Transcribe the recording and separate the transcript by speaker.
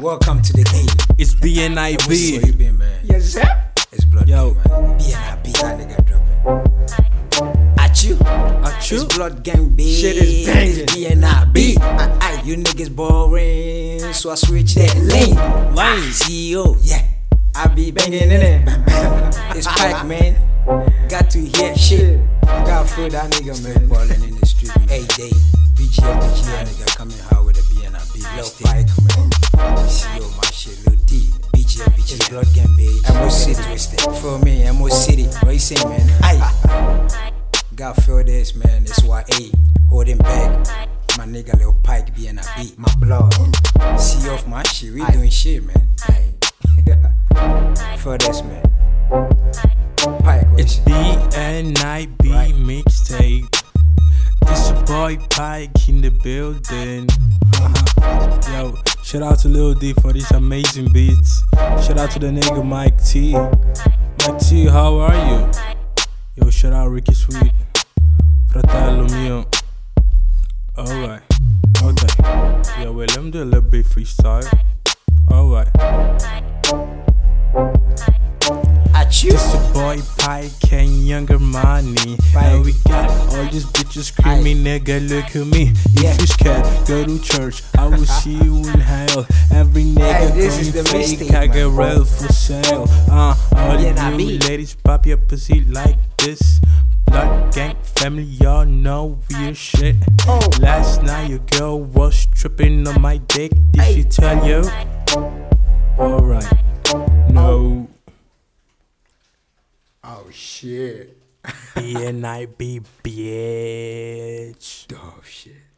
Speaker 1: Welcome to the game.
Speaker 2: It's
Speaker 1: What's up, you
Speaker 2: BNIB.
Speaker 1: been, man?
Speaker 3: Yes, sir.
Speaker 1: It's blood
Speaker 2: Yo.
Speaker 1: gang, man. BNIB, that nigga dropping. At you.
Speaker 2: At you.
Speaker 1: It's blood gang, bitch.
Speaker 2: Shit is banging.
Speaker 1: It's BNIB. Uh, uh, you niggas boring, so I switch that lane.
Speaker 2: Lane.
Speaker 1: CEO, yeah. I be banging in it. it's pack, man. Got to hear shit. Got food, that nigga, man. Ballin' in the street. Hey, day. BGF, BGF, nigga coming hard with a BNIB. Low bike, man. CEO, my shit, Lil D. BGF, BGF. Blood gang, bitch. MO City twisted. For me, MO City. What you say, man? Aye. Got feel this, man. It's YA. Holding back. My nigga, Lil Pike, BNIB. My blood. See off my shit. We doing shit, man. Aye. feel this, man. Pike, what
Speaker 2: It's
Speaker 1: you-
Speaker 2: BNIB
Speaker 1: Right.
Speaker 2: mixtape. This your boy Pike in the building. Yo, shout out to Lil D for these amazing beats. Shout out to the nigga Mike T. Mike T, how are you? Yo, shout out Ricky Sweet. Fratello mio. Alright, okay. Yo, wait, let me do a little bit freestyle. Alright.
Speaker 1: At you.
Speaker 2: It's your boy Pike and Younger Money. And we got all these bitches screaming, nigga, look at me. If
Speaker 1: Yeah.
Speaker 2: you scared, go to church. I will see you in hell. Every nigga
Speaker 1: Hey, this
Speaker 2: going
Speaker 1: is the
Speaker 2: fake,
Speaker 1: mistake,
Speaker 2: I got
Speaker 1: man.
Speaker 2: real for sale. Uh, all
Speaker 1: Yeah, nah,
Speaker 2: you
Speaker 1: me.
Speaker 2: ladies pop your pussy like this. Blood gang family, y'all know weird shit.
Speaker 1: Oh.
Speaker 2: Last night your girl was tripping on my dick. Did
Speaker 1: Hey.
Speaker 2: she tell you? Alright. No.
Speaker 3: Oh shit.
Speaker 2: BNIB bitch.
Speaker 3: Oh shit.